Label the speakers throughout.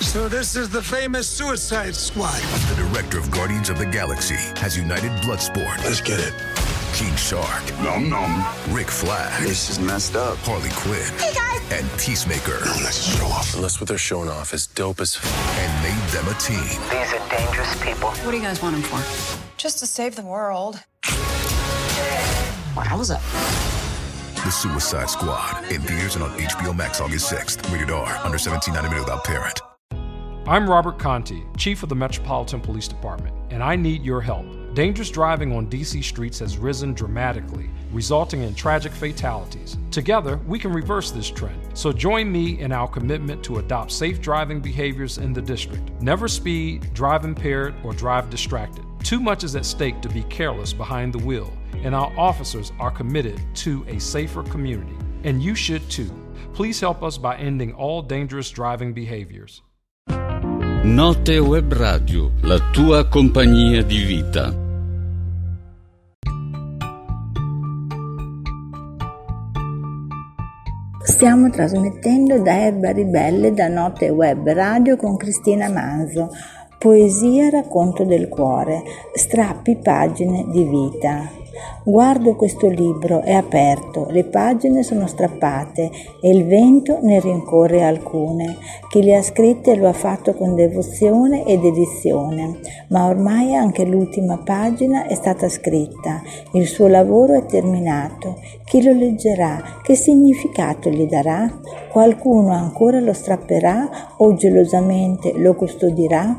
Speaker 1: So this is the famous Suicide Squad.
Speaker 2: The director of Guardians of the Galaxy has united Bloodsport.
Speaker 3: Let's get it.
Speaker 2: King Shark.
Speaker 4: Nom nom.
Speaker 2: Rick Flag.
Speaker 5: This is messed up.
Speaker 2: Harley Quinn.
Speaker 6: Hey guys.
Speaker 2: And Peacemaker.
Speaker 3: No, that's show off.
Speaker 7: Unless what they're showing off is dope as f-
Speaker 2: And made them a team.
Speaker 8: These are dangerous people.
Speaker 9: What do you guys want them for?
Speaker 10: Just to save the world.
Speaker 9: What was it?
Speaker 2: The Suicide Squad. In theaters and on HBO Max August 6th. Rated R. Under 17, not admitted without parent.
Speaker 11: I'm Robert Conti, Chief of the Metropolitan Police Department, and I need your help. Dangerous driving on DC streets has risen dramatically, resulting in tragic fatalities. Together, we can reverse this trend. So join me in our commitment to adopt safe driving behaviors in the district. Never speed, drive impaired, or drive distracted. Too much is at stake to be careless behind the wheel, and our officers are committed to a safer community. And you should too. Please help us by ending all dangerous driving behaviors.
Speaker 12: Note Web Radio, la tua compagnia di vita.
Speaker 13: Stiamo trasmettendo da Erba Ribelle da Note Web Radio con Cristina Manzo. Poesia racconto del cuore, strappi pagine di vita. Guardo questo libro, è aperto, le pagine sono strappate e il vento ne rincorre alcune. Chi le ha scritte lo ha fatto con devozione ed edizione, ma ormai anche l'ultima pagina è stata scritta, il suo lavoro è terminato. Chi lo leggerà? Che significato gli darà? Qualcuno ancora lo strapperà o gelosamente lo custodirà?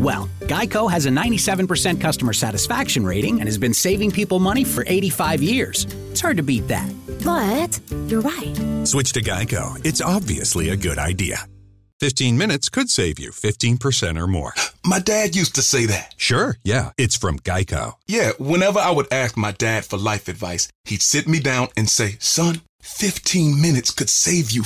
Speaker 14: Well, Geico has a 97% customer satisfaction rating and has been saving people money for 85 years. It's hard to beat that.
Speaker 15: But you're right.
Speaker 16: Switch to Geico. It's obviously a good idea. 15 minutes could save you 15% or more.
Speaker 3: My dad used to say that.
Speaker 16: Sure, yeah, it's from Geico.
Speaker 3: Yeah, whenever I would ask my dad for life advice, he'd sit me down and say, Son, 15 minutes could save you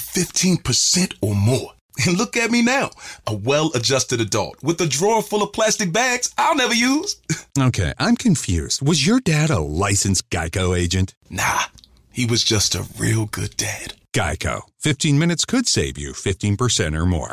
Speaker 3: 15% or more. And look at me now, a well adjusted adult with a drawer full of plastic bags I'll never use.
Speaker 16: okay, I'm confused. Was your dad a licensed Geico agent?
Speaker 3: Nah, he was just a real good dad.
Speaker 16: Geico. 15 minutes could save you 15% or more.